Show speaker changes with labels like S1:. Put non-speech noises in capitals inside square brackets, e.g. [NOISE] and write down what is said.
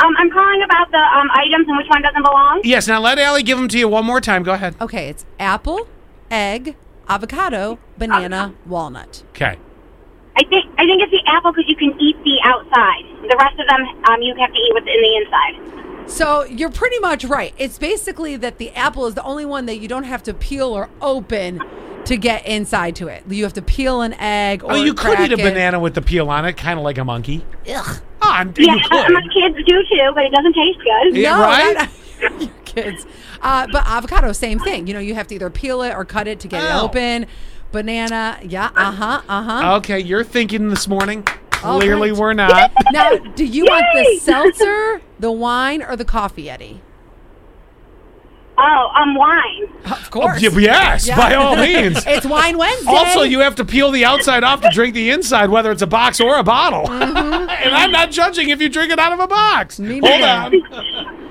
S1: Um, I'm calling about the um, items and which one doesn't belong.
S2: Yes, now let Allie give them to you one more time. Go ahead.
S3: Okay, it's apple, egg, avocado, banana, walnut.
S2: Okay.
S1: I think I think it's the apple because you can eat the outside. The rest of them, um, you have to eat what's in the inside.
S3: So you're pretty much right. It's basically that the apple is the only one that you don't have to peel or open to get inside to it. You have to peel an egg or
S2: Oh, you could
S3: crack
S2: eat a
S3: it.
S2: banana with the peel on it, kind of like a monkey.
S3: Ugh.
S2: Oh, I'm,
S1: Yeah,
S2: you
S1: and [LAUGHS] my
S2: could.
S1: kids do too, but it doesn't taste good.
S2: Yeah.
S3: No,
S2: right?
S3: that- [LAUGHS] you kids. Uh, but avocado, same thing. You know, you have to either peel it or cut it to get it
S2: Oh.
S3: open. Banana, yeah, uh huh, uh huh.
S2: Okay, you're thinking this morning.
S3: All
S2: Clearly,
S3: right.
S2: we're not.
S3: Now, do you want
S1: Yay!
S2: [LAUGHS]
S3: the seltzer, the wine, or the coffee, Eddie?
S1: Oh, um, wine.
S3: Of
S2: Oh, y- yes,
S3: Yeah.
S2: by all means.
S3: [LAUGHS] it's Wine Wednesday.
S2: Also, you have to peel the outside off to drink the inside, whether it's a [LAUGHS] box or a bottle. and I'm not judging if you drink it out of a box. Hold
S3: Mm-hmm. neither.
S2: on.